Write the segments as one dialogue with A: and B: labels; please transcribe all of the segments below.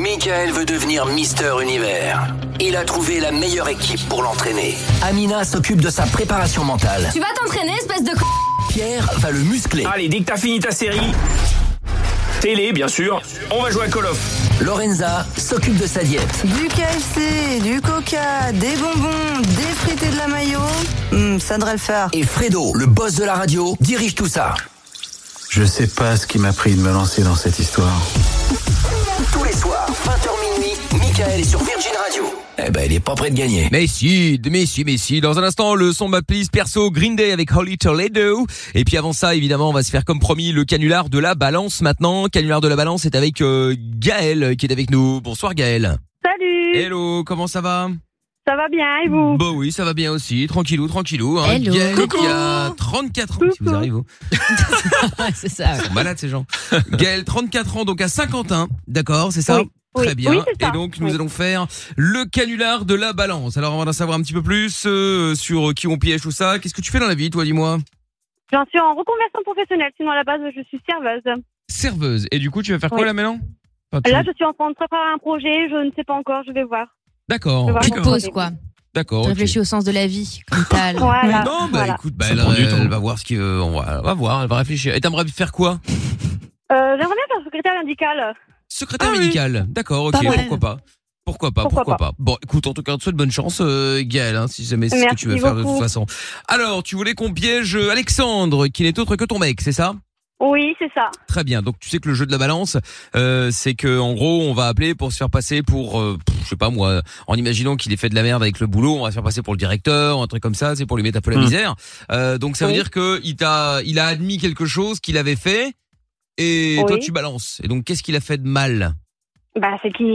A: Michael veut devenir Mister Univers. Il a trouvé la meilleure équipe pour l'entraîner. Amina s'occupe de sa préparation mentale.
B: Tu vas t'entraîner, espèce de c...
A: Pierre va le muscler.
C: Allez, dès que t'as fini ta série, télé bien sûr, on va jouer à Call of.
A: Lorenza s'occupe de sa diète.
D: Du KFC, du coca, des bonbons, des frites et de la mayo. Hmm, ça devrait le faire.
A: Et Fredo, le boss de la radio, dirige tout ça.
E: Je sais pas ce qui m'a pris de me lancer dans cette histoire.
A: Tous les soirs, 20h minuit, Michael est sur Virgin Radio. Eh ben, il est pas prêt de gagner.
F: Mais si, mais si, mais si. Dans un instant, le son de ma playlist perso Green Day avec Holly Toledo. Et puis avant ça, évidemment, on va se faire comme promis le canular de la balance maintenant. Canular de la balance est avec euh, Gaël qui est avec nous. Bonsoir Gaël.
G: Salut,
F: Hello, comment ça va
G: ça va bien et vous
F: Bah oui, ça va bien aussi. Tranquillou, tranquillou. Hein.
H: Hello.
F: Gaël
H: Coucou.
F: qui a 34 ans. Si vous arrivez, vous.
H: c'est ça.
F: Ils sont malades ces gens. Gaël, 34 ans, donc à Saint-Quentin. D'accord, c'est ça
G: Oui. Oui.
F: Très bien.
G: Oui, c'est ça.
F: Et donc,
G: Oui.
F: nous allons faire le canular de la balance. Alors, on va en savoir un petit peu plus euh, sur qui on piège, tout ça. Qu'est-ce que tu fais dans la vie, toi, dis-moi
G: J'en suis en reconversion professionnelle, sinon à la base je suis serveuse.
F: Serveuse. Et du coup, tu vas faire quoi
G: Oui.
F: là maintenant Enfin, tu-
G: Là je suis en train de préparer un projet, je ne sais pas encore, je vais voir.
F: D'accord.
G: Je vais
H: Tu
G: voir.
H: te
F: D'accord.
H: poses, quoi.
F: D'accord.
H: Tu
F: ok.
H: réfléchis au sens de la vie, comme tal.
G: Voilà.
F: Non, bah
G: voilà.
F: écoute, bah,
E: Ça
F: elle,
E: prend du
F: euh,
E: temps.
F: elle va voir ce qu'il veut. On va, on va voir, elle va réfléchir. Et t'aimerais faire quoi
G: Euh, J'aimerais bien faire secrétaire médical.
F: Secrétaire
G: Ah oui.
F: médical. D'accord, ok,
H: Pas mal.
F: pourquoi pas pourquoi pas, pourquoi,
G: Pourquoi
F: pas. Bon, écoute, en tout cas, on te souhaite bonne chance, euh, Gaël, hein, si jamais c'est ce que
G: Merci
F: tu veux faire de toute
G: beaucoup.
F: façon. Alors, tu voulais qu'on piège euh, Alexandre, qui n'est autre que ton mec, c'est ça
G: Oui, c'est ça.
F: Très bien. Donc, tu sais que le jeu de la balance, euh, c'est que en gros, on va appeler pour se faire passer pour, euh, pff, je sais pas moi, en imaginant qu'il ait fait de la merde avec le boulot, on va se faire passer pour le directeur, un truc comme ça, c'est pour lui mettre un peu la
E: Hmm.
F: misère. Euh, donc, ça veut
G: Oui.
F: dire que il t'a, il a admis quelque chose qu'il avait fait, et toi
G: Oui.
F: tu balances. Et donc, qu'est-ce qu'il a fait de mal
G: Bah c'est qu'il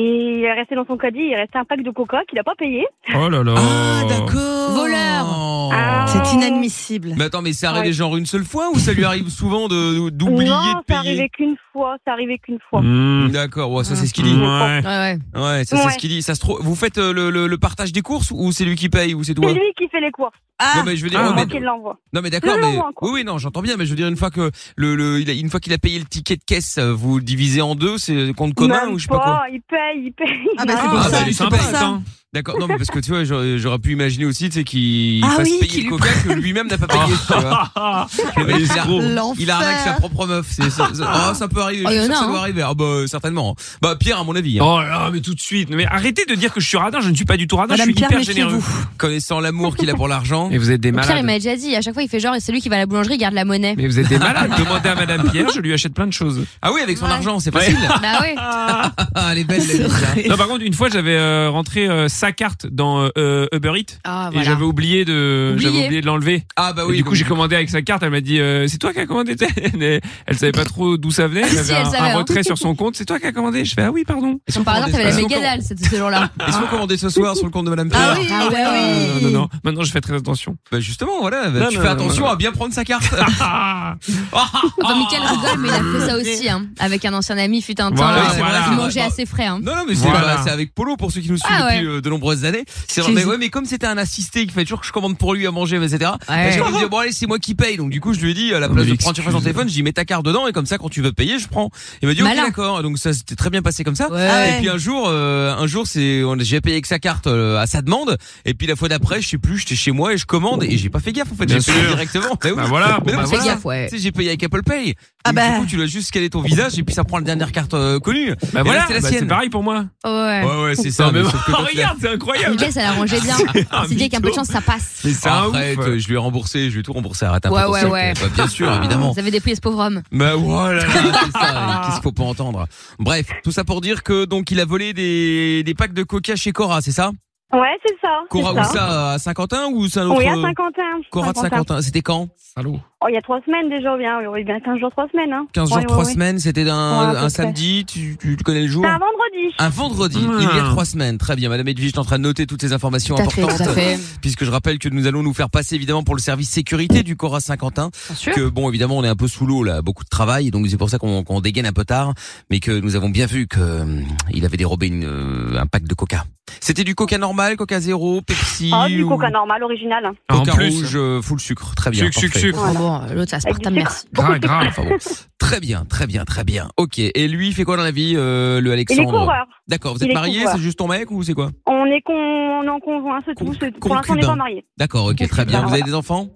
G: est resté dans son caddie, il restait un pack de coca qu'il n'a pas payé.
C: Oh là là.
F: Ah, d'accord. Oh.
H: Voleur.
G: Ah.
D: C'est inadmissible.
F: Mais attends, mais c'est arrivé
G: Ouais.
F: genre une seule fois ou ça lui arrive souvent de- d'oublier
G: non,
F: de payer
G: c'est
F: Mm.
G: arrivé Ah. qu'une fois, c'est arrivé qu'une fois.
C: Mmh.
F: D'accord, ouais, ça c'est ce qu'il dit.
C: Ouais.
H: Ouais, ouais.
F: Ouais, ça c'est
G: Ouais.
F: ce qu'il dit. Ça se trouve, vous faites euh, le, le- le partage des courses ou c'est lui qui paye ou c'est toi
G: C'est lui qui fait les courses,
F: Non mais je veux dire,
C: Ah.
F: ouais,
G: c'est
F: mais-
G: moi qui l'envoie.
F: non mais d'accord,
G: Je
F: mais
G: l'envoie, quoi.
F: oui, oui, non, j'entends bien, mais je veux dire une fois que le, le il a- une fois qu'il a payé le ticket de caisse, euh, vous le divisez en deux, c'est euh, compte commun
G: Même
F: ou je sais pas quoi.
G: Il paye, il paye.
D: Ah bah c'est
F: Ah,
D: pour
F: bah,
D: ça.
F: c'est
D: c'est
F: sympa,
D: pour ça.
C: attends.
F: D'accord, non mais parce que tu vois, j'aurais j'aurais pu imaginer aussi, tu sais, qu'il
D: Ah
F: fasse
D: oui,
F: payer
D: qu'il lui
F: le coca que lui-même n'a pas payé. tu vois. Le mec, il a- Il arnaque sa
D: L'enfer.
F: propre meuf. C'est, ça- ça- oh, ça peut arriver.
H: Oh,
F: je suis
H: y en
F: sûr
H: a,
F: que ça doit
H: hein.
F: arriver. Ah bah, certainement. Bah, Pierre, à mon avis, hein.
C: Oh là là, mais tout de suite. Mais arrêtez de dire que je suis radin, je ne suis pas du tout radin,
D: Madame
C: je suis
D: Pierre,
C: hyper généreux.
D: méfiez-vous.
F: connaissant l'amour qu'il a pour l'argent.
C: Et vous êtes des
H: Au pire, il
C: malades.
H: m'a déjà dit, à chaque fois, il fait genre, et c'est lui qui va à la boulangerie, il garde la monnaie.
C: Mais vous êtes des malades. Demandez à Madame Pierre, je lui achète plein de choses.
F: Ah oui, avec son
H: Ouais.
F: argent, c'est facile.
H: bah ouais.
F: Ah, elle est belle, la vie, hein.
C: Non, par contre, une fois, j'avais euh, rentré euh, sa carte dans euh, euh, Uber Eats.
H: Ah,
C: Et
H: voilà.
C: j'avais oublié de,
H: Oublié.
C: j'avais oublié de l'enlever.
F: Ah bah
C: Et
F: oui.
C: du coup,
F: donc-
C: j'ai commandé avec sa carte. Elle m'a dit, euh, c'est toi qui as commandé. Mais elle savait pas trop d'où ça venait. Elle
H: Si,
C: avait
H: elle
C: un,
H: savait,
C: un
H: hein.
C: retrait sur son compte. C'est toi qui as commandé. Je fais, ah oui, pardon.
H: Comme par hasard, t'avais la
F: Ils sont
H: méga dalle, ce ce jour-là.
F: Est-ce qu'on commandait ce soir sur le compte de Madame
D: Ah
F: Pierre
D: oui,
H: Ah ouais,
D: bah
C: Ah,
D: oui.
C: non, non, non. Maintenant, je fais très attention.
F: Bah justement, voilà. bah,
C: Non,
F: tu
C: non,
F: fais
C: non,
F: attention
C: non.
F: à bien prendre sa carte.
C: Ah,
H: Enfin, Michael rigole, mais il a fait ça aussi, hein. Avec un ancien ami, fut un temps.
C: Voilà,
H: euh,
C: voilà.
H: Il mangeait assez frais, hein.
F: Non, non, mais c'est
C: Voilà.
F: bah, c'est avec Polo pour ceux qui nous suivent
H: Ah
F: depuis euh, de nombreuses années. C'est vrai,
H: J'ai
F: mais,
H: dit-
F: ouais, mais comme c'était un assisté qui fait toujours que je commande pour lui à manger, etc. Parce
H: Ouais.
F: qu'il me dit, bon, allez, c'est moi qui paye. Donc, du coup, je lui ai dit, à la
C: Non,
F: place
C: mais
F: de prendre sur son
C: l'excuse.
F: téléphone, je dis, mets ta carte dedans et comme ça, quand tu veux payer, je prends. Il m'a dit, ok,
H: Malin.
F: d'accord. Et Donc, ça, c'était très bien passé comme ça.
H: Ouais.
D: Ah ouais.
F: Et puis un jour, euh, un jour, c'est, on- j'ai payé avec sa carte euh, à sa demande. Et puis la fois d'après, je sais plus, j'étais chez moi et je commande et j'ai pas fait gaffe en fait.
C: Bien
F: J'ai payé
C: sûr.
F: directement. Bah oui.
C: Bah voilà.
F: Mais
C: bon, bah
F: non, c'est
C: voilà.
F: gaffe.
H: ouais.
F: Tu sais, j'ai payé avec Apple Pay.
D: Ah
F: Donc,
D: bah.
F: Du coup, tu dois juste scaler ton visage et puis ça prend la dernière carte euh, connue.
C: Bah
F: Et
C: voilà,
F: là, c'est la
C: bah,
F: sienne.
C: c'est pareil pour moi.
H: Oh, Ouais.
F: Ouais, ouais, c'est ça.
C: Non, mais
F: mais sauf que quand il a-
C: regarde, c'est incroyable.
H: Michael, ça l'arrangeait bien.
C: un
H: Il s'est dit qu'un peu de
C: mytho.
H: chance, ça passe.
C: Mais c'est un ouf.
F: Arrête, euh, je lui ai remboursé, je lui ai tout remboursé. Arrête un peu
H: Ouais,
F: ton
H: ouais,
F: sac.
H: ouais.
F: Bah, bien sûr, évidemment.
H: Vous avez des prix, ce pauvre homme.
F: Bah voilà, c'est ça. Qu'est-ce qu'il faut pas entendre Bref, tout ça pour dire que donc il a volé des, des packs de coca chez Cora, c'est ça
G: Ouais, c'est ça.
F: Cora
G: c'est
F: où
G: ça.
F: ça À Saint-Quentin ou c'est un autre euh,
G: Oui, à Saint-Quentin.
F: Cora de Saint-Quentin, c'était quand
C: Salaud.
G: Oh, il y a trois semaines déjà, bien, oui, bien 15 jours, trois semaines. Hein.
F: 15 jours,
G: Ouais, ouais,
F: 3
G: ouais.
F: semaines, c'était un,
G: Ouais, à peu
F: un
G: près.
F: samedi, tu, tu connais le jour
G: C'est un vendredi.
F: un vendredi, il y a
C: Hmm.
F: trois semaines. Très bien, Madame Edwige est en train de noter toutes ces informations
H: Tout à fait,
F: importantes.
H: tout à fait.
F: Puisque je rappelle que nous allons nous faire passer évidemment pour le service sécurité du Cora Saint-Quentin.
H: Bien sûr.
F: que bon évidemment on est un peu sous l'eau là, beaucoup de travail, donc c'est pour ça qu'on qu'on dégaine un peu tard, mais que nous avons bien vu que euh, il avait dérobé une, euh, un pack de coca. C'était du coca normal, coca zéro, Pepsi.
G: Ah, du
F: ou-
G: coca normal, original.
F: Coca
B: En plus.
F: rouge, euh, full sucre. Très bien.
B: Sucre, sucre,
F: parfait.
B: sucre.
G: Voilà.
H: bon, l'autre, ça se porte à merci.
B: Gras, gras.
F: Enfin bon. Très bien, très bien, très bien. Ok. Et lui, il fait quoi dans la vie, euh, le
G: Et les
F: Alexandre
G: coureurs,
F: D'accord. Vous
G: Il
F: êtes
G: est
F: marié
G: coureur.
F: C'est juste ton mec ou c'est quoi
G: on est con, on est en conjoint, c'est
F: Con-
G: tout. c'est- Pour l'instant, on n'est
F: concubin.
G: pas mariés.
F: D'accord. Ok. Très bien. Vous avez des enfants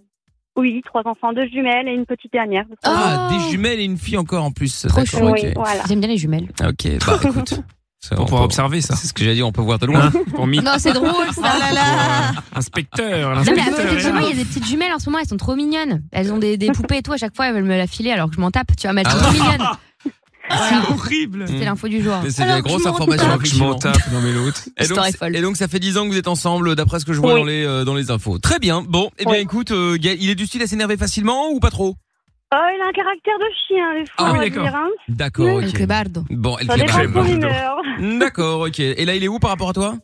G: Oh. Oui, trois enfants, deux jumelles et une petite dernière.
F: Ah,
H: Oh.
F: des jumelles et une fille encore en plus.
H: Trop
F: D'accord,
H: chou.
F: ok.
G: Oui, voilà.
H: J'aime bien les jumelles.
F: Ah, Ok. Bah écoute. ça,
B: Pour
F: on
B: pouvoir
F: peut-
B: observer ça.
F: C'est ce que j'ai dit. On peut voir de loin.
B: Hein, pour mi-
H: Non, c'est drôle
F: Ah,
H: ça. Ah,
B: Inspecteur,
H: Non, mais à
B: l'inspecteur
H: côté de
B: est
H: chez
B: là.
H: moi, il y a des petites jumelles en ce moment, elles sont trop mignonnes. Elles ont des, des poupées et tout, à chaque fois, elles veulent me la filer alors que je m'en tape, tu vois, mais
F: Ah.
H: elles sont trop mignonnes. Voilà,
B: Horrible.
H: c'est l'info du jour.
F: C'est des grosses informations.
B: Je m'en tape, non mais l'autre.
F: Et donc,
H: Histoire est folle.
F: et donc, ça fait 10 ans que vous êtes ensemble, d'après ce que je vois
G: Oui.
F: dans les euh, dans les infos. Très bien. Bon, eh bien
G: Oui.
F: écoute, euh, Gaël, il est du style à s'énerver facilement ou pas trop
G: Oh, il a un caractère de chien, des fois,
B: Ah oui,
G: on va
B: d'accord.
G: dire. hein.
F: D'accord.
H: El
F: ok.
H: clébardo.
F: Bon, elle
G: Ça
F: fait
G: dépend
B: Clébardo.
G: de son humeur.
F: D'accord, ok. Et là, il est où par rapport à toi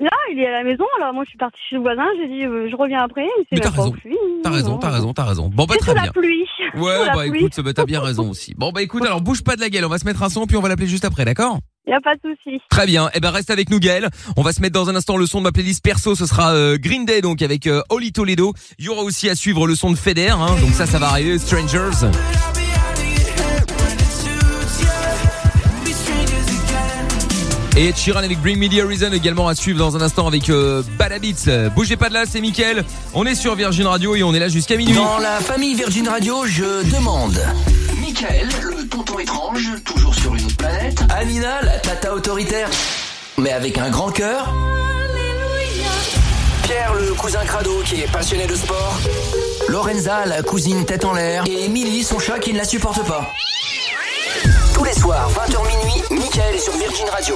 G: Là, Ah, il est à la maison, alors moi, je suis partie chez le voisin, j'ai dit, euh, je reviens après. Il s'est
F: Mais t'as
G: même pas
F: raison.
G: enfui.
F: T'as raison,
G: Non.
F: t'as raison, t'as raison. Bon, bah
G: C'est
F: très
G: sous
F: bien.
G: la pluie.
F: Ouais,
G: sous la
F: bah
G: pluie.
F: écoute, bah, t'as bien raison aussi. Bon, bah écoute, alors bouge pas de la gueule, on va se mettre un son puis on va l'appeler juste après, d'accord
G: Il a pas de souci.
F: Très bien, eh ben reste avec nous Gaël, on va se mettre dans un instant le son de ma playlist perso, ce sera euh, Green Day donc avec euh, Oli Toledo, il y aura aussi à suivre le son de Feder, hein. donc ça ça va arriver, Strangers. Et Ed Sheeran avec Bring Me The Horizon également à suivre dans un instant avec euh, Bad Habits. Euh, Bougez pas de là, c'est Mickaël, on est sur Virgin Radio et on est là jusqu'à minuit.
A: Dans la famille Virgin Radio, je demande. Michael, le tonton étrange, toujours sur une autre planète. Amina, la tata autoritaire, mais avec un grand cœur. Pierre, le cousin crado qui est passionné de sport. Lorenza, la cousine tête en l'air. Et Emily, son chat qui ne la supporte pas. Tous les soirs, 20h minuit, Michael est sur Virgin Radio.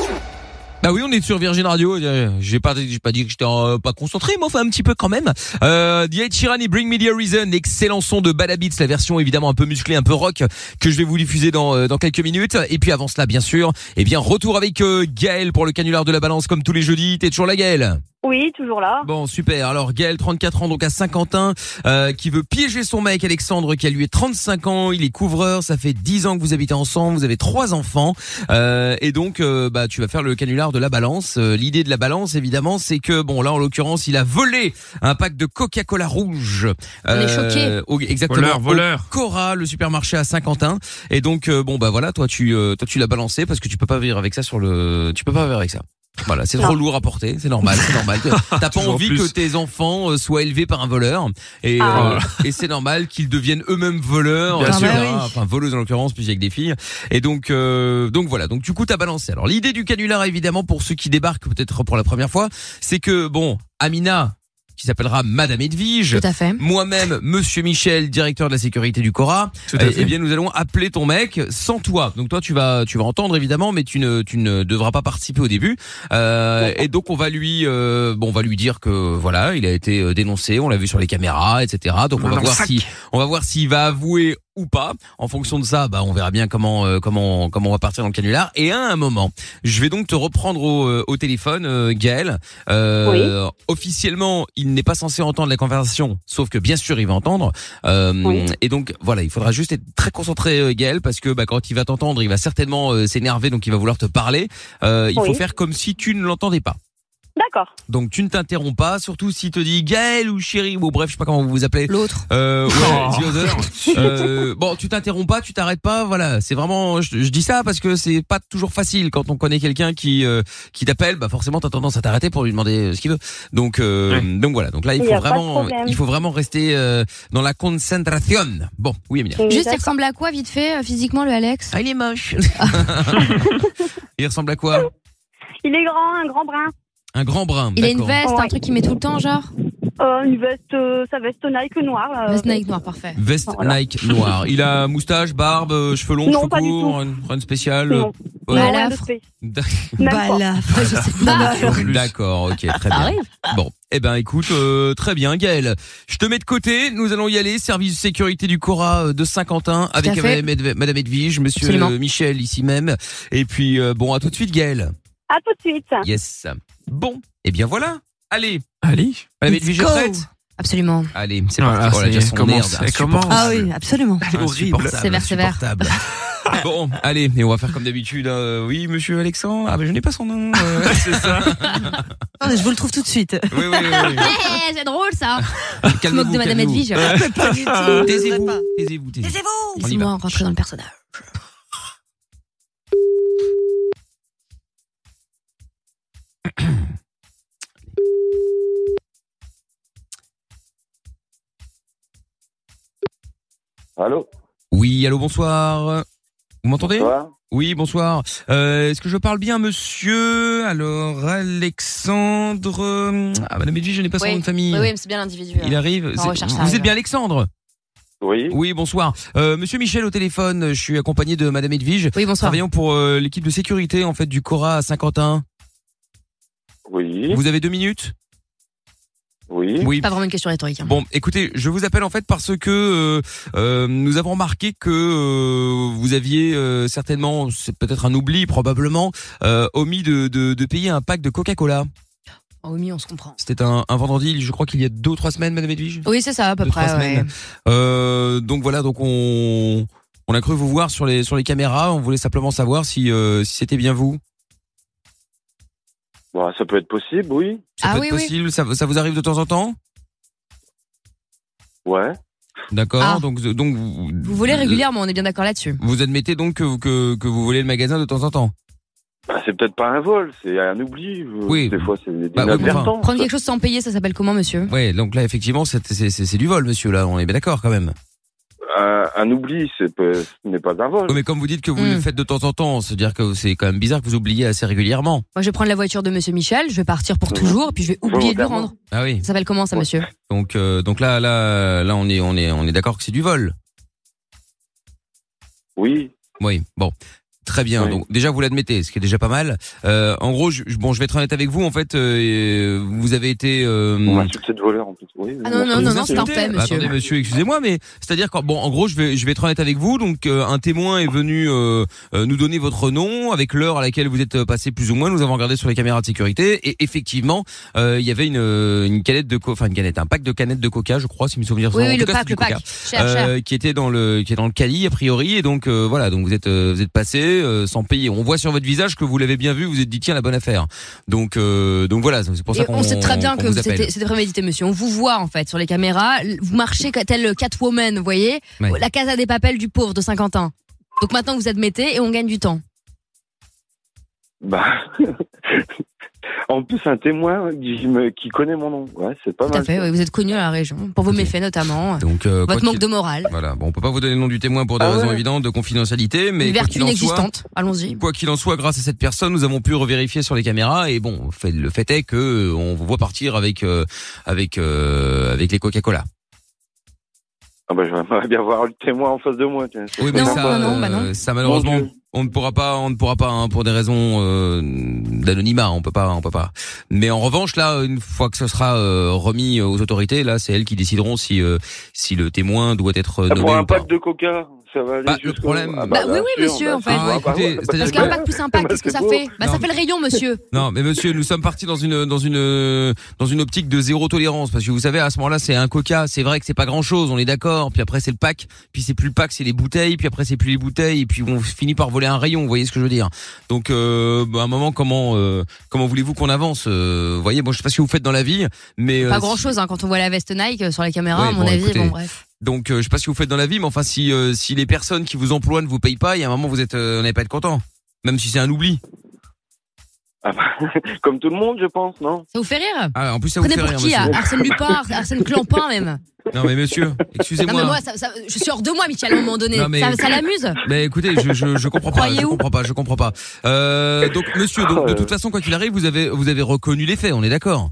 F: Bah oui, on est sur Virgin Radio. Euh, J'ai pas, j'ai pas dit que j'étais euh, pas concentré, mais enfin un petit peu quand même. Euh, The Ed Sheeran et Bring Me The Horizon, excellent son de Bad Habits, la version évidemment un peu musclée, un peu rock, que je vais vous diffuser dans euh, dans quelques minutes. Et puis avant cela, bien sûr, eh bien retour avec euh, Gaël pour le canular de la balance comme tous les jeudis. T'es toujours là, Gaël
G: Oui, toujours là.
F: Bon, super. Alors Gaël, 34 ans, donc à Saint-Quentin, euh, qui veut piéger son mec Alexandre, qui a lui est 35 ans. Il est couvreur. Ça fait 10 ans que vous habitez ensemble. Vous avez trois enfants. Euh, et donc, euh, bah, tu vas faire le canular de la balance. Euh, L'idée de la balance, évidemment, c'est que bon, là, en l'occurrence, il a volé un pack de Coca-Cola rouge. Euh,
H: On est choqués.
F: au- exactement.
B: Voleur,
F: au
B: voleur.
F: Cora, le supermarché à Saint-Quentin. Et donc, euh, bon, bah voilà, toi, tu, euh, toi, tu l'as balancé parce que tu peux pas vivre avec ça sur le, tu peux pas vivre avec ça. Voilà, c'est trop lourd à porter, c'est normal, c'est normal. T'as pas
B: Toujours
F: envie
B: plus.
F: que tes enfants euh, soient élevés par un voleur, et,
G: Ah.
F: euh, et c'est normal qu'ils deviennent eux-mêmes voleurs,
B: Bien
F: etc.
B: sûr.
D: Ah bah oui.
F: enfin voleuses en l'occurrence, puis avec des filles. Et donc, euh, donc voilà. Donc du coup, t'as balancé. Alors l'idée du canular, évidemment, pour ceux qui débarquent peut-être pour la première fois, c'est que bon, Amina, qui s'appellera Madame Edwige,
H: Tout à fait.
F: moi-même, Monsieur Michel, directeur de la sécurité du Cora,
B: Tout à
F: eh
B: fait.
F: eh bien nous allons appeler ton mec sans toi. Donc toi tu vas tu vas entendre évidemment, mais tu ne tu ne devras pas participer au début. Euh, et donc on va lui euh, bon on va lui dire que voilà il a été euh, dénoncé, on l'a vu sur les caméras, etc. Donc on
B: Dans
F: va
B: le
F: voir
B: sac.
F: si on va voir s'il va avouer ou pas. En fonction de ça, bah on verra bien comment euh, comment comment on va partir dans le canular. Et à un moment, je vais donc te reprendre au, euh, au téléphone, euh, Gaël. Euh, Officiellement, il n'est pas censé entendre la conversation, sauf que bien sûr, il va entendre. Euh,
G: Oui.
F: Et donc voilà, il faudra juste être très concentré, euh, Gaël, parce que bah, quand il va t'entendre, il va certainement euh, s'énerver, donc il va vouloir te parler. Euh, il
G: Oui.
F: faut faire comme si tu ne l'entendais pas.
G: D'accord.
F: Donc tu ne t'interromps pas, surtout s'il te dit Gaël ou chérie ou bref, je sais pas comment vous vous appelez.
H: L'autre.
F: Euh, ouais,
B: Oh.
F: the other. Euh, bon, tu t'interromps pas, tu t'arrêtes pas, voilà. C'est vraiment, je, je dis ça parce que c'est pas toujours facile quand on connaît quelqu'un qui euh, qui t'appelle, bah forcément t'as tendance à t'arrêter pour lui demander euh, ce qu'il veut. Donc euh, donc voilà, donc là il
G: Il
F: faut
G: y a pas de
F: vraiment
G: problème.
F: il faut vraiment rester euh, dans la concentration. Bon, oui Emilia.
H: Juste, il ressemble à quoi, vite fait, euh, physiquement, le Alex
F: Ah, il est moche. il ressemble à quoi
G: Il est grand, un grand brun.
F: Un grand brun.
H: Il a une
F: d'accord.
H: veste, un
G: Ouais.
H: truc qu'il met tout le temps, genre
G: Euh, une veste, euh, sa veste Nike noire. euh, là.
H: Veste Nike noire, parfait.
F: Veste
G: Voilà.
F: Nike noire. Il a moustache, barbe, euh, cheveux longs,
G: Non,
F: cheveux
G: pas du
F: courts, une run spéciale.
G: Non.
F: Ouais.
G: Non, rien
H: Balafre.
G: de spé-
F: D'accord.
G: Même pas.
D: Bah là,
H: Enfin, je sais pas.
F: D'accord, ok, très
H: Ça
F: bien.
H: arrive.
F: Bon, eh ben écoute, euh, très bien Gaël. Je te mets de côté, nous allons y aller, service de sécurité du Cora euh, de Saint-Quentin avec
H: à fait.
F: Madame Edv- Madame Edwige, Monsieur
H: Absolument.
F: euh, Michel ici même. Et puis euh, bon, à tout de suite Gaël.
G: À tout de suite.
F: Yes. Bon, eh bien voilà. Allez,
B: Allez.
F: Madame
D: Let's
F: Edwige est
D: go.
F: prête
H: Absolument.
F: Allez, c'est
B: Ah,
F: parti.
B: là,
F: Oh, là,
B: ça y
F: déjà
B: est,
F: son
B: commence,
F: merde,
H: Ah
B: elle commence.
F: insupportable.
D: Ah oui, absolument.
B: Horrible.
F: Insupportable,
H: Sévère, sévère.
F: insupportable. Bon, allez, et on va faire comme d'habitude. euh, oui, monsieur Alexandre. Ah, ben je n'ai pas son nom. euh, c'est ça.
D: Attendez, je vous le trouve tout de suite.
F: Oui, oui, oui.
H: Eh, c'est drôle ça. Je me moque de Madame
F: Ah, calmez-vous.
H: Edwige.
F: Ouais.
D: Pas du tout.
F: Taisez-vous, taisez-vous, taisez-vous.
D: Taisez-vous.
F: On y va.
H: Laissez-moi rentrer dans le personnage.
I: Allô
F: Oui, allô, bonsoir. Vous m'entendez
I: Bonsoir.
F: Oui, bonsoir. Euh, Est-ce que je parle bien, monsieur Alors, Alexandre. euh, Ah, Madame Edwige, je n'ai pas son
H: Oui.
F: nom de famille.
H: Oui, oui, mais c'est bien l'individu.
F: Il
H: hein.
F: arrive. c'est-
H: recherche ça,
F: Vous êtes
H: alors.
F: bien Alexandre
I: Oui.
F: Oui, bonsoir. Euh, Monsieur Michel au téléphone. Je suis accompagné de Madame Edwige.
H: Oui, bonsoir.
F: Travaillons pour euh, l'équipe de sécurité en fait du Cora à Saint-Quentin.
I: Oui.
F: Vous avez deux minutes
I: Oui.
F: Oui.
H: Pas vraiment une question rhétorique. hein.
F: Bon, écoutez, je vous appelle en fait parce que euh, euh, nous avons remarqué que euh, vous aviez euh, certainement, c'est peut-être un oubli probablement, euh, omis de, de, de payer un pack de Coca-Cola.
H: Oh, oui, on se comprend.
F: C'était un, un vendredi, je crois qu'il y a deux trois semaines, Madame Edwige.
H: Oui, c'est ça, à peu
F: Deux,
H: près.
F: trois
H: ouais.
F: semaines. Euh, donc voilà, donc on on a cru vous voir sur les sur les caméras. On voulait simplement savoir si euh, si c'était bien vous.
I: Bon, ça peut être possible, oui.
F: Ça
H: Ah
F: peut
H: oui,
F: être
H: oui.
F: possible. Ça, ça vous arrive de temps en temps.
I: Ouais.
F: D'accord.
H: Ah.
F: Donc donc vous,
H: Vous voulez régulièrement, on est bien d'accord là-dessus.
F: Vous admettez donc que, vous- que que vous volez le magasin de temps en temps.
I: Bah, c'est peut-être pas un vol, c'est un oubli.
F: Oui.
I: Des fois, Euh, c'est des
F: Bah oui,
I: inadvertants.
H: Prendre quelque chose sans payer, ça s'appelle comment, monsieur
F: Ouais, donc là effectivement c'est c'est- c'est- c'est du vol, monsieur. Là, on est bien d'accord quand même.
I: Un, un oubli, c'est pas- ce n'est pas un vol.
F: Ouais, mais comme vous dites que vous
H: Hmm.
F: le faites de temps en temps, c'est-à-dire que c'est quand même bizarre que vous oubliez assez régulièrement.
H: Moi, je vais prendre la voiture de monsieur Michel, je vais partir pour toujours, puis je vais oublier de le
I: Volontairement.
H: rendre.
F: Ah oui.
H: Ça s'appelle comment, ça, monsieur
F: Donc euh, donc là là là on est on est on est d'accord que c'est du vol.
I: Oui.
F: Oui, bon. Très bien.
I: Oui.
F: Donc déjà vous l'admettez, ce qui est déjà pas mal. Euh, en gros, je, je- bon, je vais être honnête avec vous. En fait, euh, vous avez été. euh,
C: Hmm.
I: On m'a insulté de voleur en plus. Oui,
H: Ah non, non,
F: vous
H: non, non,
F: insultez.
H: c'est un fait,
F: Bah,
H: monsieur.
F: attendez, monsieur, excusez-moi, mais c'est-à-dire quand bon, en gros, je vais je vais être honnête avec vous. Donc euh, un témoin est venu euh, euh, nous donner votre nom avec l'heure à laquelle vous êtes euh, passé plus ou moins. Nous avons regardé sur les caméras de sécurité et effectivement, euh, il y avait une euh, une canette de co- enfin une canette, un pack de canettes de Coca, je crois, si mes souvenirs sont
H: Oui,
F: bons. En
H: oui, le
F: tout cas,
H: pack,
F: c'était
H: le
F: du Coca.
H: pack. Cher, cher.
F: Euh, qui était dans le qui est dans le Cali a priori et donc euh, voilà donc vous êtes euh, vous êtes passé euh, sans payer on voit sur votre visage que vous l'avez bien vu vous vous êtes dit tiens la bonne affaire donc euh, donc voilà c'est pour ça
H: Et
F: qu'on
H: on sait très bien
F: qu'on
H: que
F: vous appelle.
H: c'était c'était prémédité, monsieur. On vous voit, en fait, sur les caméras. Vous marchez tel Catwoman, vous voyez
F: Ouais.
H: La casa des papels du pauvre de Saint-Quentin. Donc maintenant, vous admettez et on gagne du temps.
I: Bah. en plus, un témoin qui, me- qui connaît mon nom. Ouais, c'est pas
H: Tout
I: mal.
H: à fait,
I: ça.
H: oui. Vous êtes connu à la région, pour vos
F: Ok.
H: méfaits notamment,
F: donc euh, quoi
H: votre
F: qu'il-
H: manque de morale,
F: voilà bon on peut pas vous donner le nom du témoin pour des
I: Ah
F: raisons
I: ouais.
F: évidentes de confidentialité mais
H: une
F: quoi
H: vertu
F: qu'il en soit
H: inexistante. Allons-y.
F: Quoi qu'il en soit, grâce à cette personne, nous avons pu revérifier sur les caméras et bon, fait- le fait est que euh, on vous voit partir avec euh, avec euh, avec les Coca-Cola.
I: Ah bah, j'aimerais bien voir le témoin en face de moi. tiens.
F: Oui,
H: mais Non, ça, non, non, bah non. euh,
F: ça malheureusement,
I: Mon Dieu.
F: on ne pourra pas, on ne pourra pas hein, pour des raisons euh, d'anonymat, on peut pas, on peut pas. Mais en revanche, là, une fois que ce sera euh, remis aux autorités, là, c'est elles qui décideront si euh, si le témoin doit être
I: Ah,
F: nommé
I: pour
F: ou
I: un
F: pas.
I: pack de coca, ça va aller
F: Bah, le
I: jusqu'au- Ah
F: problème-
H: Bah oui, oui,
I: bien
H: monsieur,
I: sûr,
H: en fait.
I: tu vois,
F: Ah,
I: bah,
F: écoutez,
I: bah,
F: c'est-à-dire
H: Parce
F: que-
I: bah,
H: qu'un pack plus
F: eh
H: un pack,
I: bah,
H: qu'est-ce que
I: c'est
H: ça
I: beau.
H: fait Bah
F: ben, Non,
H: ça fait le rayon, monsieur.
F: Non, mais monsieur, nous sommes partis dans une dans une dans une optique de zéro tolérance parce que vous savez à ce moment-là, c'est un Coca, c'est vrai que c'est pas grand-chose, on est d'accord. Puis après c'est le pack, puis c'est plus le pack, c'est les bouteilles, puis après c'est plus les bouteilles et puis on finit par voler un rayon, vous voyez ce que je veux dire. Donc euh, bah, à un moment comment euh, comment voulez-vous qu'on avance euh, Vous voyez, moi je sais pas ce que vous faites dans la vie, mais euh,
H: Pas
F: si-
H: grand chose hein, quand on voit la veste Nike euh, sur la caméra,
F: Ouais,
H: à mon
F: bon,
H: avis.
F: écoutez.
H: Bon, bref.
F: Donc euh, je sais pas ce que vous faites dans la vie, mais enfin si euh, si les personnes qui vous emploient ne vous payent pas, il y a un moment vous êtes euh, on n'est pas être content, même si c'est un oubli.
I: Ah bah, Comme tout le monde, je pense, non
H: Ça vous fait rire
F: Ah, en plus ça vous
H: Prenez
F: fait
H: pour
F: rire,
H: qui
F: monsieur.
H: ah, Arsène Lupin, Arsène Clampin même.
F: Non mais monsieur,
H: Non mais
F: excusez-moi.
H: moi, ça- ça- je suis hors de moi, Michel, à un moment donné.
F: Non, mais-
H: Ça, ça l'amuse
F: Mais Bah, écoutez, je, je, je comprends pas,
H: Croyez
F: je
H: où
F: comprends pas, je comprends pas. Euh, donc monsieur, donc, de toute façon, quoi qu'il arrive, vous avez vous avez reconnu les faits, on est d'accord.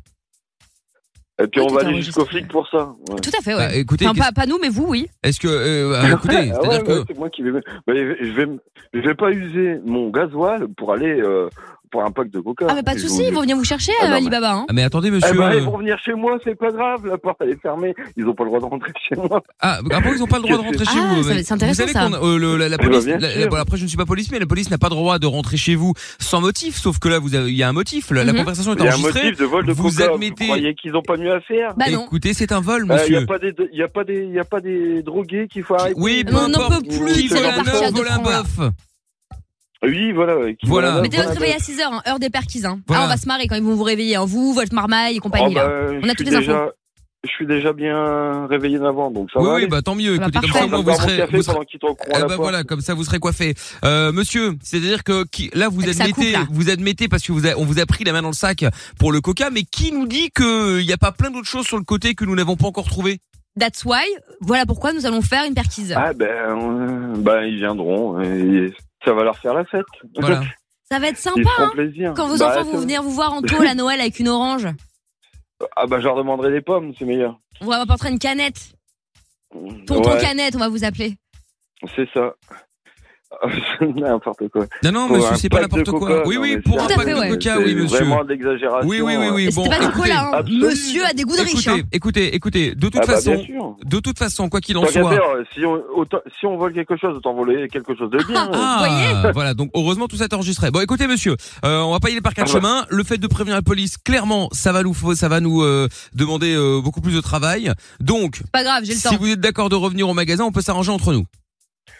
I: Et puis
H: Oui,
I: on
H: tout
I: va
H: est
I: aller jusqu'au
H: enregistré.
I: flic pour ça. ouais.
H: Tout à fait,
F: Bah,
H: ouais.
F: écoutez,
H: Enfin,
F: qu'est-ce-
H: pas, pas nous, mais vous, oui.
F: est-ce que euh, ah, écoutez,
I: Ah ouais,
F: c'est-à-dire
I: ouais,
F: que
I: c'est moi qui vais. bah, je vais, je vais pas user mon gasoil pour aller euh, pour un pack de coca.
H: Ah, mais pas de
I: Je vous
H: souci,
I: dis.
H: ils vont venir vous chercher,
I: Ah,
H: euh,
I: non, mais-
H: Alibaba. Hein.
F: Ah, mais attendez,
I: Eh
F: monsieur.
I: ben,
F: euh,
I: ils vont venir chez moi, c'est pas grave, la porte elle est fermée. Ils ont pas le droit de rentrer chez moi.
F: Ah, après, ils n'ont pas le droit de rentrer chez
H: Ah,
F: vous.
H: ça-
F: mais
H: c'est intéressant,
F: Vous savez
H: ça.
F: qu'on, euh, le- la, la
I: Eh ben,
F: police,
I: bien
F: la- la-
I: sûr.
F: bon, après, je ne suis pas police, mais la police n'a pas le droit de rentrer chez vous sans motif. Sauf que là, vous avez, il y a un motif. La, la
H: Mhm.
F: conversation est
I: Il y a un
F: enregistrée.
I: motif de vol de
F: Vous
I: coca.
F: admettez-
I: Vous croyez qu'ils ont pas mieux à faire
H: Bah non.
F: Écoutez, c'est un vol,
I: Euh, Il y a
F: monsieur.
I: pas des, il y a pas des, il y a pas des drogués qu'il faut arrêter.
F: oui, peu
H: Mais on n'en
F: importe.
H: peut plus
F: Qui
I: de
F: vole
I: la
F: un
H: partie à
F: œuf,
H: deux
F: vole un
H: francs, là.
F: bœuf.
I: Oui, voilà. qui-
F: Voilà.
H: Mais t'es
I: voilà,
H: réveillé à 6h, heure des perquises. Hein.
F: Voilà.
H: Ah, on va se marrer quand ils vont vous réveiller. Hein. Vous, votre marmaille et
I: Oh,
H: compagnie. là.
I: bah,
H: On a
I: je
H: toutes
I: suis
H: les
I: déjà- Je suis déjà bien réveillé d'avant, donc ça
F: Oui,
I: va.
F: oui,
I: aller.
F: bah tant mieux.
H: Ah bah,
F: Écoutez, comme
H: parfait.
F: ça, au
I: Je vais
F: moins,
I: boire
F: vous
I: mon
F: serez,
I: café
F: vous serez-
I: pendant qu'ils te recourent
F: Eh
I: à la
F: ben
I: porte.
F: voilà, comme ça vous serez coiffé. Euh, monsieur, c'est-à-dire que qui, là vous
H: Avec sa
F: admettez,
H: coupe, là.
F: vous admettez parce que vous a- on vous a pris la main dans le sac pour le coca, mais qui nous dit que il y a pas plein d'autres choses sur le côté que nous n'avons pas encore trouvé
H: That's why, voilà pourquoi nous allons faire une perquise.
I: Ah ben, euh, ben, ils viendront. Et ça va leur faire la fête.
F: Voilà.
H: Ça va être
I: Ils
H: sympa,
I: se feront
H: hein
I: plaisir.
H: Quand vos
I: Bah,
H: enfants
I: c'est-
H: vont venir vous voir en tôle à Noël avec une orange,
I: Ah bah je leur demanderai des pommes, c'est meilleur.
H: on va apporter une canette. Tonton
I: Ouais,
H: canette, on va vous appeler.
I: C'est ça. N'importe quoi.
F: Non non,
I: Pour
F: monsieur,
I: un
F: c'est pas
I: pack de
F: n'importe
I: coca,
F: quoi. Oui
I: non,
F: oui,
I: mais
F: pour
I: c'est
F: un
H: Tout à
F: pack
H: fait,
F: de
H: ouais.
F: coca,
I: C'est
F: oui monsieur.
I: Vraiment d'exagération.
F: Oui oui oui oui.
H: Et
F: Bon,
H: C'était pas du
F: écoutez,
H: cola, hein.
I: absolument.
H: Monsieur a des goûts de riche, hein.
F: écoutez, écoutez, écoutez, de toute
I: Ah bah,
F: façon,
I: bien sûr.
F: de toute façon, quoi qu'il en
I: Tant qu'à
F: soit.
I: faire, si on, autant- si on vole quelque chose, autant voler quelque chose de bien.
F: Ah, voilà, donc heureusement tout ça est enregistré. Bon, écoutez monsieur, euh, on va pas y aller par quatre
I: Ah bah.
F: chemins. Le fait de prévenir la police, clairement, ça va nous, faut- ça va nous euh, demander euh, beaucoup plus de travail. Donc,
H: Pas grave, j'ai le
F: si
H: temps.
F: vous êtes d'accord de revenir au magasin, on peut s'arranger entre nous.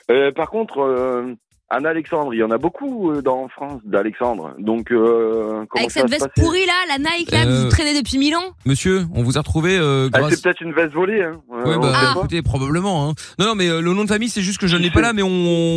I: Euh, par contre, euh, un Alexandre, il y en a beaucoup euh, dans France d'Alexandre. Donc, euh, comment
H: Avec cette
I: ça va se
H: veste
I: passer
H: pourrie là, la Nike là, que
F: Euh,
H: vous traînez depuis mille ans.
F: Monsieur, on vous a retrouvé euh,
I: Ah,
F: grâce.
I: c'est peut-être une veste volée. Hein. Euh,
F: Ouais,
I: on
F: bah,
I: sait
H: Ah.
I: pas.
F: écoutez, probablement. Hein. Non, non, mais euh, le nom de famille, c'est juste que je ne l'ai pas là, mais on,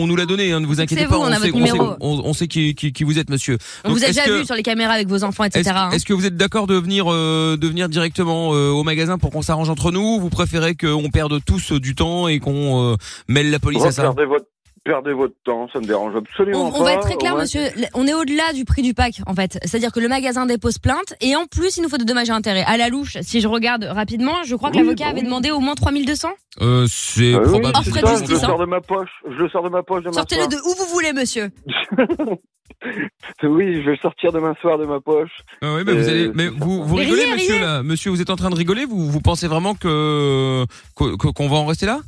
F: on nous l'a donné. hein, ne vous inquiétez
H: C'est
F: pas.
H: vous, on a
F: sait,
H: votre
F: on, sait,
H: numéro.
F: on- on sait qui, qui, qui vous êtes, monsieur.
H: On
F: Donc,
H: vous a
F: est-ce
H: déjà
F: que-
H: vu sur les caméras avec vos enfants, etc.
F: Est-ce
H: hein.
F: est-ce que vous êtes d'accord de venir, euh, de venir directement euh, au magasin pour qu'on s'arrange entre nous ou Vous préférez qu'on perde tous euh, du temps et qu'on euh, mêle la police à ça
I: Perdez votre, perdez votre temps, ça me dérange absolument
H: On,
I: pas.
H: on va être très clair,
I: Ouais.
H: monsieur. On est au-delà du prix du pack, en fait. C'est-à-dire que le magasin dépose plainte et en plus, il nous faut des dommages et intérêts. À la louche, si je regarde rapidement, je crois que
I: Oui,
H: l'avocat
I: bah
H: avait
I: oui.
H: demandé au moins 3200.
F: euh, C'est
I: Ah oui,
F: probable.
I: c'est
H: Frais de
I: ça, je le
H: justice, hein.
I: sors de ma poche. Je le sors de ma poche demain
H: Sortez-le de où vous voulez, monsieur.
I: soir. Oui, je vais le sortir demain soir de ma poche.
F: Ah oui, mais vous
I: Euh,
F: allez, mais vous, vous
H: Mais
F: rigolez,
H: riez,
F: monsieur
H: riez.
F: là. Monsieur, vous êtes en train de rigoler. Vous, vous pensez vraiment que que- que- qu'on va en rester là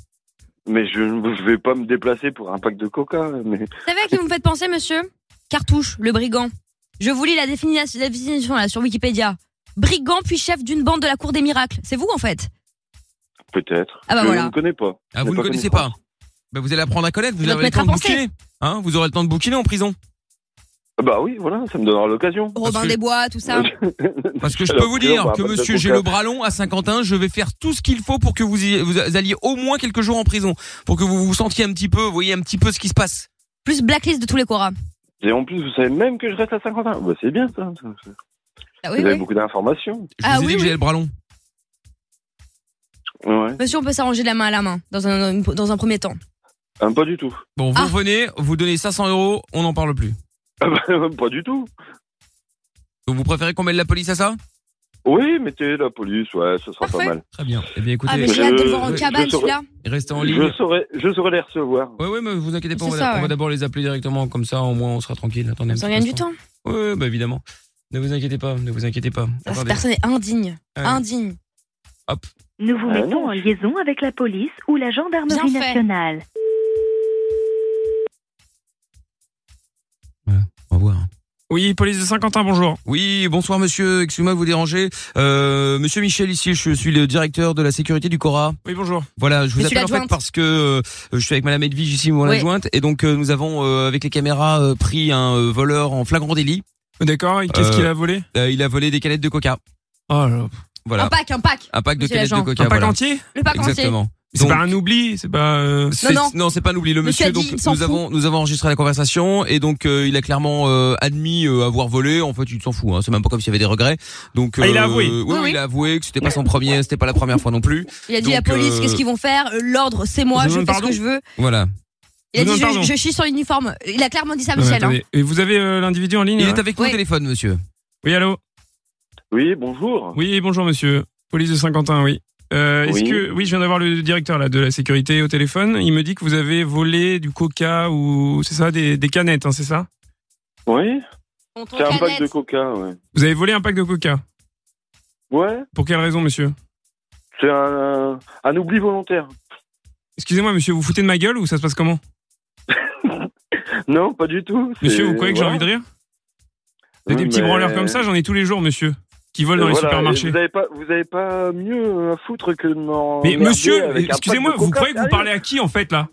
I: Mais je ne vais pas me déplacer pour un pack de coca. Mais...
H: Vous savez à qui vous me faites penser, monsieur Cartouche, le brigand. Je vous lis la définition, la définition, là, sur Wikipédia. Brigand puis chef d'une bande de la Cour des miracles. C'est vous, en fait.
I: Peut-être.
H: Ah bah
I: je
H: voilà.
I: ne connais pas.
F: Ah, vous
I: J'ai
F: ne
I: pas
F: connaissez pas.
I: connaissance.
F: Bah, vous allez apprendre à connaître. Vous
H: Notre
F: aurez le
H: maître
F: temps
H: à
F: de
H: penser.
F: bouquiner. Hein vous aurez le temps de bouquiner en prison.
I: Ah Bah oui, voilà, ça me donnera l'occasion.
H: Robin
F: que-
H: des Bois, tout ça.
F: Parce que je
I: Alors,
F: peux vous
I: sinon,
F: dire
I: bah,
F: que
I: pas de
F: monsieur,
I: coca.
F: j'ai le bras long à Saint-Quentin, je vais faire tout ce qu'il faut pour que vous, y- vous alliez au moins quelques jours en prison, pour que vous vous sentiez un petit peu, vous voyez un petit peu ce qui se passe.
H: Plus blacklist de tous les quoras.
I: Et en plus, vous savez même que je reste à 50 ans. Bah, c'est bien ça. ça- ça-
H: Ah
I: Vous
H: oui,
I: avez
H: oui.
I: beaucoup d'informations.
F: Je
H: Ah
F: vous ai
H: oui,
F: dit que
H: oui.
F: j'avais le bras long.
I: Ouais.
H: Monsieur, on peut s'arranger de la main à la main dans un, dans un premier temps.
I: Ah, pas du tout.
F: Bon, vous
H: Ah.
F: venez, vous donnez 500 euros, on n'en parle plus.
I: Ah bah, pas du tout.
F: Donc vous préférez qu'on mette la police à ça
I: Oui, mettez la police, ouais, ce sera
H: Parfait.
I: pas mal.
F: Très bien. Eh bien écoutez,
H: Ah, mais
I: je-
H: j'ai hâte de le voir en
I: je-
H: cabane,
I: je saurais-
H: celui-là.
F: restez en ligne.
I: Je saurais, je saurais les recevoir.
F: Ouais, ouais, mais vous inquiétez pas, on
H: C'est
F: va,
H: ça,
F: on va
H: ouais.
F: d'abord les appeler directement, comme ça au moins on sera tranquille. Attendez, un
H: Ça
F: petit
H: gagne du
F: instant.
H: temps.
F: Ouais, bah évidemment. Ne vous inquiétez pas, ne vous inquiétez pas.
H: Ah, Cette
F: Attendez.
H: personne est indigne.
F: Ouais.
H: Indigne.
J: Nous vous
I: Ah
J: mettons
I: non.
J: en liaison avec la police ou la gendarmerie
H: Bien fait.
J: nationale.
F: On va voir.
B: Oui, police de Saint-Quentin, bonjour.
F: Oui, bonsoir monsieur, excusez-moi de vous déranger. Euh, monsieur Michel ici, je suis le directeur de la sécurité du Cora.
B: Oui, bonjour.
F: Voilà, je vous
H: Monsieur
F: appelle en fait
H: l'adjointe.
F: parce que euh, je suis avec madame Edwige ici, mon
H: Oui.
F: adjointe, et donc euh, nous avons euh, avec les caméras euh, pris un euh, voleur en flagrant délit.
B: D'accord, et qu'est-ce
F: Euh,
B: qu'il a volé
F: Euh, il a volé des canettes de coca. Ah,
B: Oh là.
F: Voilà.
H: Un pack, un pack.
F: Un pack de
H: Monsieur
F: canettes de
H: l'agent.
F: coca.
B: Un pack
F: voilà.
B: entier
H: Le pack entier.
F: Exactement.
B: C'est
F: Donc,
B: pas un oubli, c'est pas. euh,
F: C'est-
H: non.
F: c'est pas l'oubli. Le
H: Monsieur
F: monsieur,
H: a dit, il
F: donc
H: s'en
F: nous
H: fout.
F: avons nous avons enregistré la conversation et donc euh, il a clairement euh, admis euh, avoir volé. En fait, il s'en fout. Hein. C'est même pas comme s'il y avait des regrets. Donc euh,
B: Ah, il a avoué.
F: Oui,
H: Oui, oui.
F: il a avoué que c'était pas son premier, c'était pas la première fois non plus.
H: Il a dit
F: Donc,
H: la police,
F: euh,
H: qu'est-ce qu'ils vont faire Euh, L'ordre, c'est moi,
B: Je
H: je
B: demande
H: fais ce
B: pardon.
H: que je veux.
F: Voilà.
H: Il a
B: Je
H: dit
B: demande
H: je,
B: pardon.
H: je chie sur l'uniforme. Il a clairement dit ça,
B: non, mais
H: Michel. hein.
B: attendez. Et vous avez euh, l'individu en ligne
F: Il
B: là
F: est avec nous au
H: Oui.
F: téléphone, monsieur.
B: Oui, allô
I: Oui, bonjour.
B: Oui, bonjour monsieur. Police de Saint-Quentin, oui. Euh, Est-ce
I: Oui.
B: que oui, je viens d'avoir le directeur là de la sécurité au téléphone. Il me dit que vous avez volé du coca ou c'est ça des, des canettes, hein, c'est ça
I: Oui.
H: Tonton
I: C'est un pack
H: Canette.
I: de coca, ouais.
F: Vous avez volé un pack de coca
I: Ouais.
F: Pour quelle raison, monsieur
I: C'est un, un oubli volontaire.
F: Excusez-moi, monsieur, vous foutez de ma gueule ou ça se passe comment
I: Non, pas du tout. c'est-
F: Monsieur, vous croyez que j'ai
I: voilà.
F: envie de rire Vous êtes
I: Oui,
F: des petits
I: mais-
F: branleurs comme ça, j'en ai tous les jours, monsieur, qui volent dans les
I: Voilà, et
F: supermarchés.
I: Vous avez pas, vous avez pas mieux à foutre que de m'en.
F: Mais
I: emmerder
F: monsieur,
I: avec un pack
F: excusez-moi,
I: de
F: vous
I: coca,
F: croyez que vous
I: sérieux
F: parlez à qui en fait là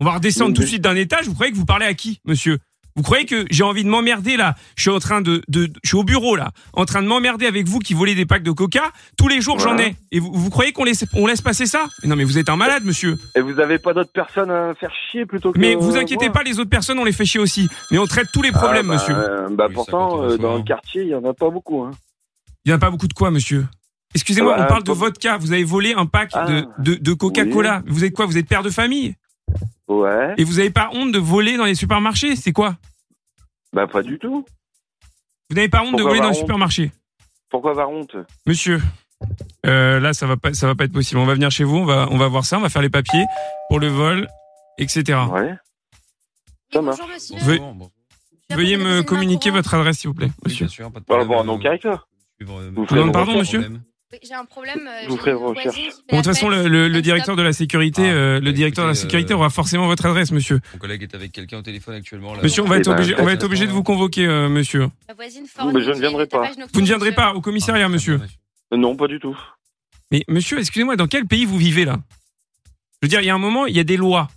F: On va redescendre
I: Mais-
F: tout de
I: mais-
F: suite d'un étage, vous croyez que vous parlez à qui, monsieur Vous croyez que j'ai envie de m'emmerder là Je suis en train de, de- je suis au bureau là, en train de m'emmerder avec vous qui volez des packs de coca tous les jours j'en
I: Voilà.
F: ai. Et vous, vous croyez qu'on laisse on laisse passer ça Mais Non mais vous êtes un malade, monsieur.
I: Et vous avez pas d'autres personnes à faire chier plutôt que.
F: Mais vous inquiétez pas, les autres personnes on les fait chier aussi. Mais on traite tous les problèmes, monsieur.
I: monsieur. Ah Bah
K: Oui, ça
I: pourtant,
K: compte à
I: euh,
K: soi,
I: dans
K: hein.
I: le quartier, il y en a pas beaucoup. Hein.
F: Il n'y en a pas beaucoup de quoi, monsieur Excusez-moi,
I: Bah,
F: on parle de
I: pour-
F: vodka. Vous avez volé un pack
I: Ah,
F: de, de, de Coca-Cola. Vous êtes quoi Vous êtes père de famille
I: Ouais.
F: Et vous n'avez pas honte de voler dans les supermarchés C'est quoi
I: Bah pas du tout.
F: Vous n'avez pas honte de
I: Pourquoi
F: voler dans
I: avoir
F: les
I: honte
F: supermarchés
I: Pourquoi avoir honte
F: Monsieur, euh, là, ça va pas, ça va pas être possible. On va venir chez vous, on va, on va voir ça, on va faire les papiers pour le vol, etc.
I: Ouais.
H: Oui,
I: Ça marche.
H: Bonjour, monsieur.
F: Ve-
L: bon,
F: Veuillez me communiquer votre adresse, s'il vous plaît,
L: oui,
F: monsieur.
L: bien sûr, pas de
I: Voilà,
L: problème.
I: bon, donc avec ça.
L: Suivre, euh,
I: Vous
L: mes
I: ferez
F: Non,
I: vos
F: pardon,
I: recherches.
F: monsieur.
L: problèmes.
H: Oui, J'ai un problème. euh,
I: Vous
H: j'ai
I: ferez
H: une
I: vos
H: voisine qui fait
F: Bon, de toute
H: la
F: façon,
H: fête.
F: le, le- le
H: Stop.
F: directeur de la sécurité,
L: Ah,
F: euh, le
L: bah,
F: directeur de la
L: écoutez,
F: sécurité
L: euh,
F: aura forcément votre adresse, monsieur.
K: bah,
L: Mon collègue est avec quelqu'un au téléphone actuellement. Là,
F: Monsieur, on va
I: Eh
F: être
I: ben,
F: obligé, on va être
L: attends,
F: obligé de vous
L: attends.
F: convoquer, euh, monsieur.
H: La voisine Ford
I: Mais je ne
H: qui
I: viendrai
H: est tapage
I: pas.
H: nocturne,
F: Vous ne viendrez
H: monsieur.
F: pas au
K: Ah,
F: commissariat,
K: bah,
F: monsieur.
I: Non, pas du tout.
F: Mais monsieur, excusez-moi, dans quel pays vous vivez là Je veux dire, il y a un moment, il y a des lois.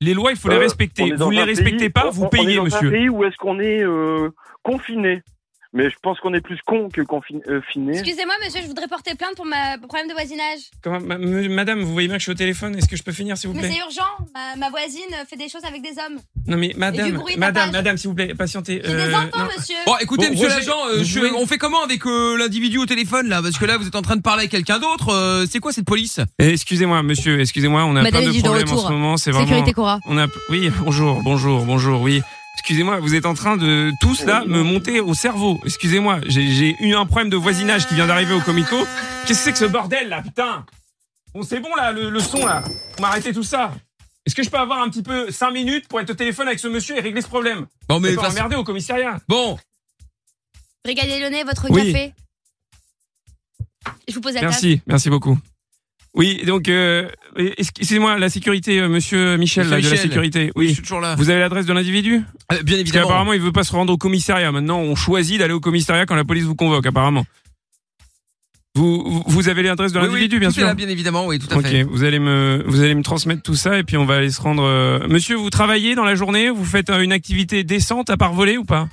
F: Les lois, il faut les
I: Euh, on
F: respecter.
I: est dans
F: Vous ne les
I: un
F: respectez
I: pays-
F: pas,
I: on-
F: vous
I: on-
F: payez,
I: on est dans un
F: monsieur.
I: pays où est-ce qu'on est euh, confiné Mais je pense qu'on est plus con que euh, confiné.
H: Excusez-moi, monsieur, je voudrais porter plainte pour ma pour problème de voisinage.
F: Comment- ma- me- madame, vous voyez bien que je suis au téléphone. Est-ce que je peux finir, s'il vous
H: Mais
F: plaît
H: c'est urgent. Ma, ma voisine fait des choses avec des hommes.
F: Non, mais
H: Et
F: madame,
H: du bruit,
F: madame,
H: tapage.
F: madame, s'il vous plaît, patientez.
H: J'ai
F: Euh,
H: des enfants,
F: non.
H: monsieur.
K: Bon, écoutez,
F: Bon,
K: monsieur
F: Roger,
K: l'agent, euh,
F: vous
K: je-
F: pouvez-
K: on fait comment avec euh, l'individu au téléphone là Parce que là, vous êtes en train de parler avec quelqu'un d'autre. euh, c'est quoi cette police
F: Eh, Excusez-moi, monsieur, excusez-moi, on a
H: Madame
F: plein de
H: exige de
F: problèmes en
H: retour.
F: ce moment. C'est vraiment.
H: Sécurité Cora.
F: On a. Oui, bonjour, bonjour, bonjour. Oui. Excusez-moi, vous êtes en train de tous là me monter au cerveau. Excusez-moi, j'ai- j'ai eu un problème de voisinage qui vient d'arriver au comico. Qu'est-ce que c'est que ce bordel là, putain Bon, c'est bon là, le, le son là. On m'a arrêté tout ça. Est-ce que je peux avoir un petit peu 5 minutes pour être au téléphone avec ce monsieur et régler ce problème
K: Bon, mais
F: Et pas
K: face-
F: emmerder au commissariat.
K: bon,
H: Brigadez le nez, votre
F: Oui.
H: café. Je vous pose la table.
F: Merci, merci beaucoup. Oui, donc euh, excusez-moi, la sécurité, euh, monsieur
K: Monsieur
F: Michel, là, de la
K: Michel.
F: sécurité.
K: je
F: Oui.
K: suis toujours là.
F: Vous avez l'adresse de l'individu
K: Euh, bien
F: Parce
K: évidemment.
F: qu'apparemment, il veut pas se rendre au commissariat. Maintenant, on choisit d'aller au commissariat quand la police vous convoque, apparemment. Vous, vous- vous avez l'adresse de
K: Oui, oui,
F: l'individu, bien
K: tout est
F: sûr.
K: là, bien évidemment, oui, tout à
F: Ok,
K: fait.
F: vous allez me vous allez me transmettre tout ça et puis on va aller se rendre. euh, Monsieur, vous travaillez dans la journée Vous faites euh, une activité décente à part voler ou pas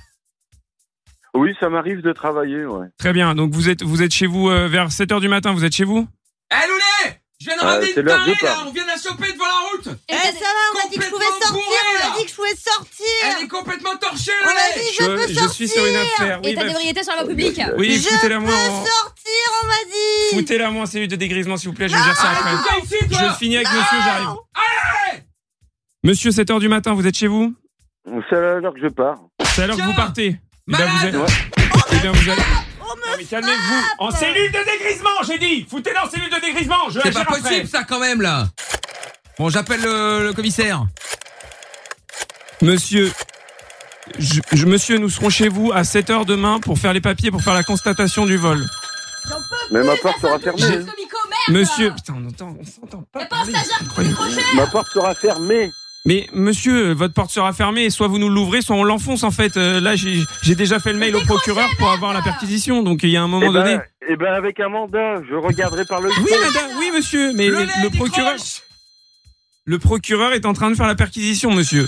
I: Oui, ça m'arrive de travailler, ouais.
F: Très bien. Donc vous êtes vous êtes chez vous euh, vers 7 heures du matin. Vous êtes chez vous
K: Eh Loulé Je viens de
I: Euh,
K: ramener
I: c'est
K: une
I: l'heure
K: tarée
I: de
K: là
I: part.
K: On vient de la choper devant la route
D: Eh, ça va, on m'a dit que je pouvais
K: Complètement
D: sortir,
K: bourré,
D: on
K: là.
D: m'a dit que je pouvais
K: Elle est
D: sortir.
K: complètement torchée
D: On
K: là
D: m'a dit je peux
F: je suis sur
D: sortir.
F: une affaire. Oui,
H: État
F: bah,
H: d'ébriété sur la voie publique.
I: Euh,
F: oui,
D: Je
F: foutez-la moi.
D: peux
F: en-
D: sortir, on m'a dit.
F: Foutez-la moi en cellule de dégrisement, s'il vous plaît. Je gère ça après.
K: Viens ici, toi
F: Je finis avec monsieur, j'arrive. Monsieur, 7h du matin, vous êtes chez vous
I: C'est à l'heure que je pars.
F: C'est à l'heure que vous
K: Tiens
F: partez. Eh
K: Malade
F: vous êtes-
I: Ouais.
F: Eh bien, vous allez-
D: On me
F: Non, mais calmez-vous.
B: Oh,
F: En cellule de dégrisement, j'ai dit. Foutez-la en cellule de dégrisement. Je la
K: C'est
F: gère
K: pas
F: après.
K: possible ça quand même là Bon, j'appelle le, le commissaire.
F: Monsieur, je, je- monsieur, nous serons chez vous à 7h demain pour faire les papiers, pour faire la constatation du vol.
I: Mais ma porte sera fermée.
H: Juste
I: hein.
H: comico,
F: Monsieur, putain, on entend, on s'entend pas.
H: Mais pas un
F: parler,
H: stagiaire
F: c'est incroyable.
I: Ma porte sera fermée.
F: Mais monsieur, votre porte sera fermée et soit vous nous l'ouvrez, soit on l'enfonce en fait. Euh, là, j'ai j'ai déjà fait le mail au procureur pour avoir la perquisition, donc il y a un
I: Et
F: moment
I: ben,
F: donné.
I: eh ben, avec un mandat, je regarderai par le.
F: Oui, madame, oui, monsieur, mais
K: Le
F: le,
K: lait,
F: procureur,
K: décroche
F: le procureur est en train de faire la perquisition, monsieur.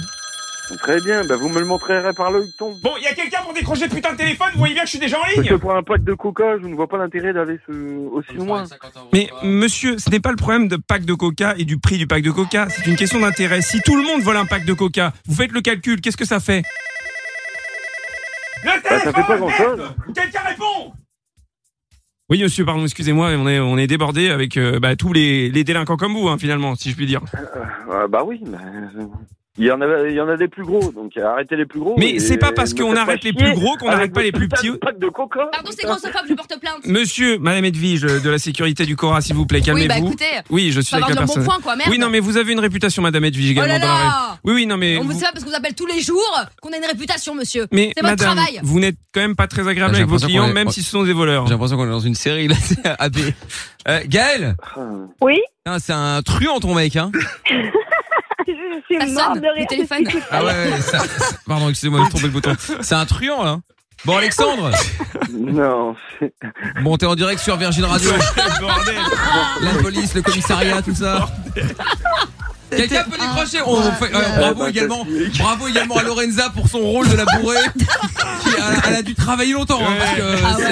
I: Très bien, ben, vous me le montrerez par le ton.
F: Bon, il y a quelqu'un pour décrocher le putain de téléphone. Vous voyez bien que je suis déjà en
I: Parce que pour un pack de coca, je ne vois pas l'intérêt d'aller ce- aussi loin.
F: Mais monsieur, ce n'est pas le problème de pack de coca et du prix du pack de coca. C'est une question d'intérêt. Si tout le monde vole un pack de coca, vous faites le calcul. Qu'est-ce que ça fait Le
I: Bah, ça fait pas grand-chose.
F: Quelqu'un répond Oui, monsieur, pardon, excusez-moi, on est, on est débordé avec euh, bah, tous les, les délinquants comme vous, hein, finalement, si je puis dire.
I: Ah, bah oui. bah, euh, Il y en a, il y en a des plus gros, donc arrêtez les plus gros.
C: Mais
I: et
C: c'est pas parce
I: Oh, ne
C: qu'on
I: faites
C: arrête
I: chier
C: les plus gros qu'on
I: avec
C: n'arrête pas
I: vos
C: les plus
I: putains
C: petits.
I: de packs de coca.
H: Pardon, c'est grossophobe, je porte plainte.
C: Monsieur, madame Edwige euh, de la sécurité du Cora, s'il vous plaît,
H: Oui,
C: calmez-vous.
H: bah, écoutez,
C: Oui, je
H: faut
C: suis avec
H: avoir
C: la
H: de l'embonpoint,
C: personne.
H: quoi, merde.
C: Oui, non, mais vous avez une réputation, madame Edwige,
H: Oh
C: également
H: là
C: dans la
H: là
C: rue. Oui, oui, non, mais.
H: On vous
C: vous-
H: sait pas parce que vous appelle tous les jours qu'on a une réputation, monsieur.
C: Mais
H: c'est votre
C: madame,
H: travail.
C: vous n'êtes quand même pas très agréable
F: Ah, J'ai
C: avec vos
F: l'impression
C: clients,
F: qu'on est-
C: même si ce sont des voleurs.
F: J'ai l'impression qu'on est dans une série là, c'est AB. Euh, Gaël
G: Oui
F: Putain, C'est un truand ton mec hein
G: Je suis morte de rire. téléphone.
F: Ah ouais, ouais, ça- ça- pardon, excusez-moi, j'ai trompé le bouton. C'est un truand là. Bon Alexandre
I: Non.
F: Bon, t'es en direct sur Virgin Radio. La police, le commissariat, tout ça. Quelqu'un peut
H: Ah.
F: décrocher On fait- ouais, Bravo également. Bravo également à Lorenza pour son rôle de la bourrée. Qui a- elle a dû travailler longtemps hein, parce que
H: Ah,
F: c'est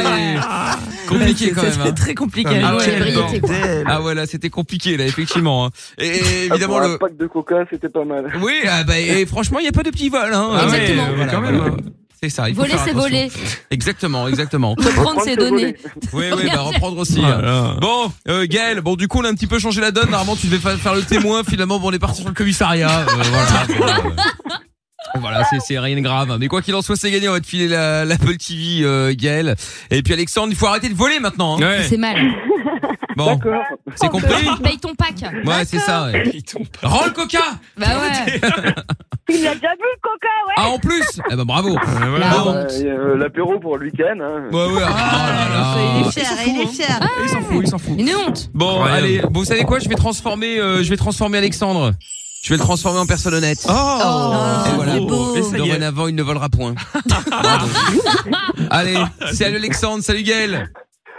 F: compliqué quand même. hein.
D: très compliqué.
F: Ah ouais,
D: Quelle
F: bon.
D: variété, quoi.
F: Ah ouais, là c'était compliqué là effectivement. hein. Et, et
I: Ah,
F: évidemment
I: pour
F: le
I: un pack de coca, c'était pas mal.
F: Oui, ah bah, et franchement, il n'y a pas de petit vol. Hein.
C: Ah ouais, Exactement.
F: Euh, voilà,
C: quand même,
F: voilà. C'est ça. il faut
H: Voler,
F: faire
H: c'est
F: attention.
H: voler.
F: Exactement, exactement.
H: Reprendre ses données.
F: Oui, oui, bah reprendre aussi. hein. Bon, euh, Gaël, bon, du coup, on a un petit peu changé la donne. Normalement, tu devais fa- faire le témoin. Finalement, bon, on est parti sur le commissariat. Euh, voilà. Bon, euh, Voilà, c'est- c'est rien de grave. hein. Mais quoi qu'il en soit, c'est gagné. On va te filer la- l'Apple TV, euh, Gaël. Et puis, Alexandre, il faut arrêter de voler maintenant. hein.
H: C'est mal.
F: Bon, c'est compris
H: Paye ton pack.
F: Ouais, c'est ça. Ouais. Rends le coca
H: Bah ouais.
G: Il a déjà vu le coca, ouais.
F: Ah, en plus Eh ben, bravo
I: Ah,
F: Bon.
I: et, euh, L'apéro pour le week-end. Hein.
F: Ouais, ouais. Ah,
D: Il est fier, il est fier.
C: Il s'en fout, il s'en fout.
H: Une honte.
F: Bon, allez, bon, vous savez quoi Je vais transformer, euh, je vais transformer Alexandre. Je vais le transformer en personne honnête. Oh, Et voilà. Dorénavant, il ne volera point. Bravo. allez, salut Alexandre, salut Gaël.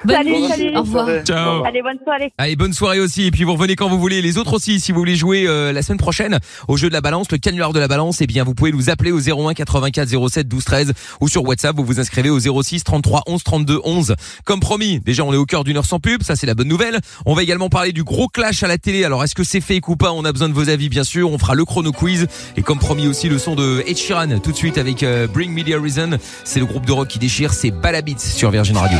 G: Salut, salut.
H: Au revoir.
F: Ciao.
G: Allez, bonne soirée.
F: Allez, bonne soirée aussi. Et puis vous revenez quand vous voulez. Les autres aussi, si vous voulez jouer euh, la semaine prochaine au jeu de la balance, le canular de la balance, eh bien vous pouvez nous appeler au 01 84 07 12 13 ou sur WhatsApp, vous vous inscrivez au 06 33 11 32 11. Comme promis, déjà on est au cœur d'une heure sans pub, ça c'est la bonne nouvelle. On va également parler du gros clash à la télé. Alors est-ce que c'est fake ou pas On a besoin de vos avis bien sûr. On fera le chrono quiz et comme promis aussi le son de Ed Sheeran tout de suite avec euh, Bring Me The Horizon. C'est le groupe de rock qui déchire, c'est Balabit sur Virgin Radio.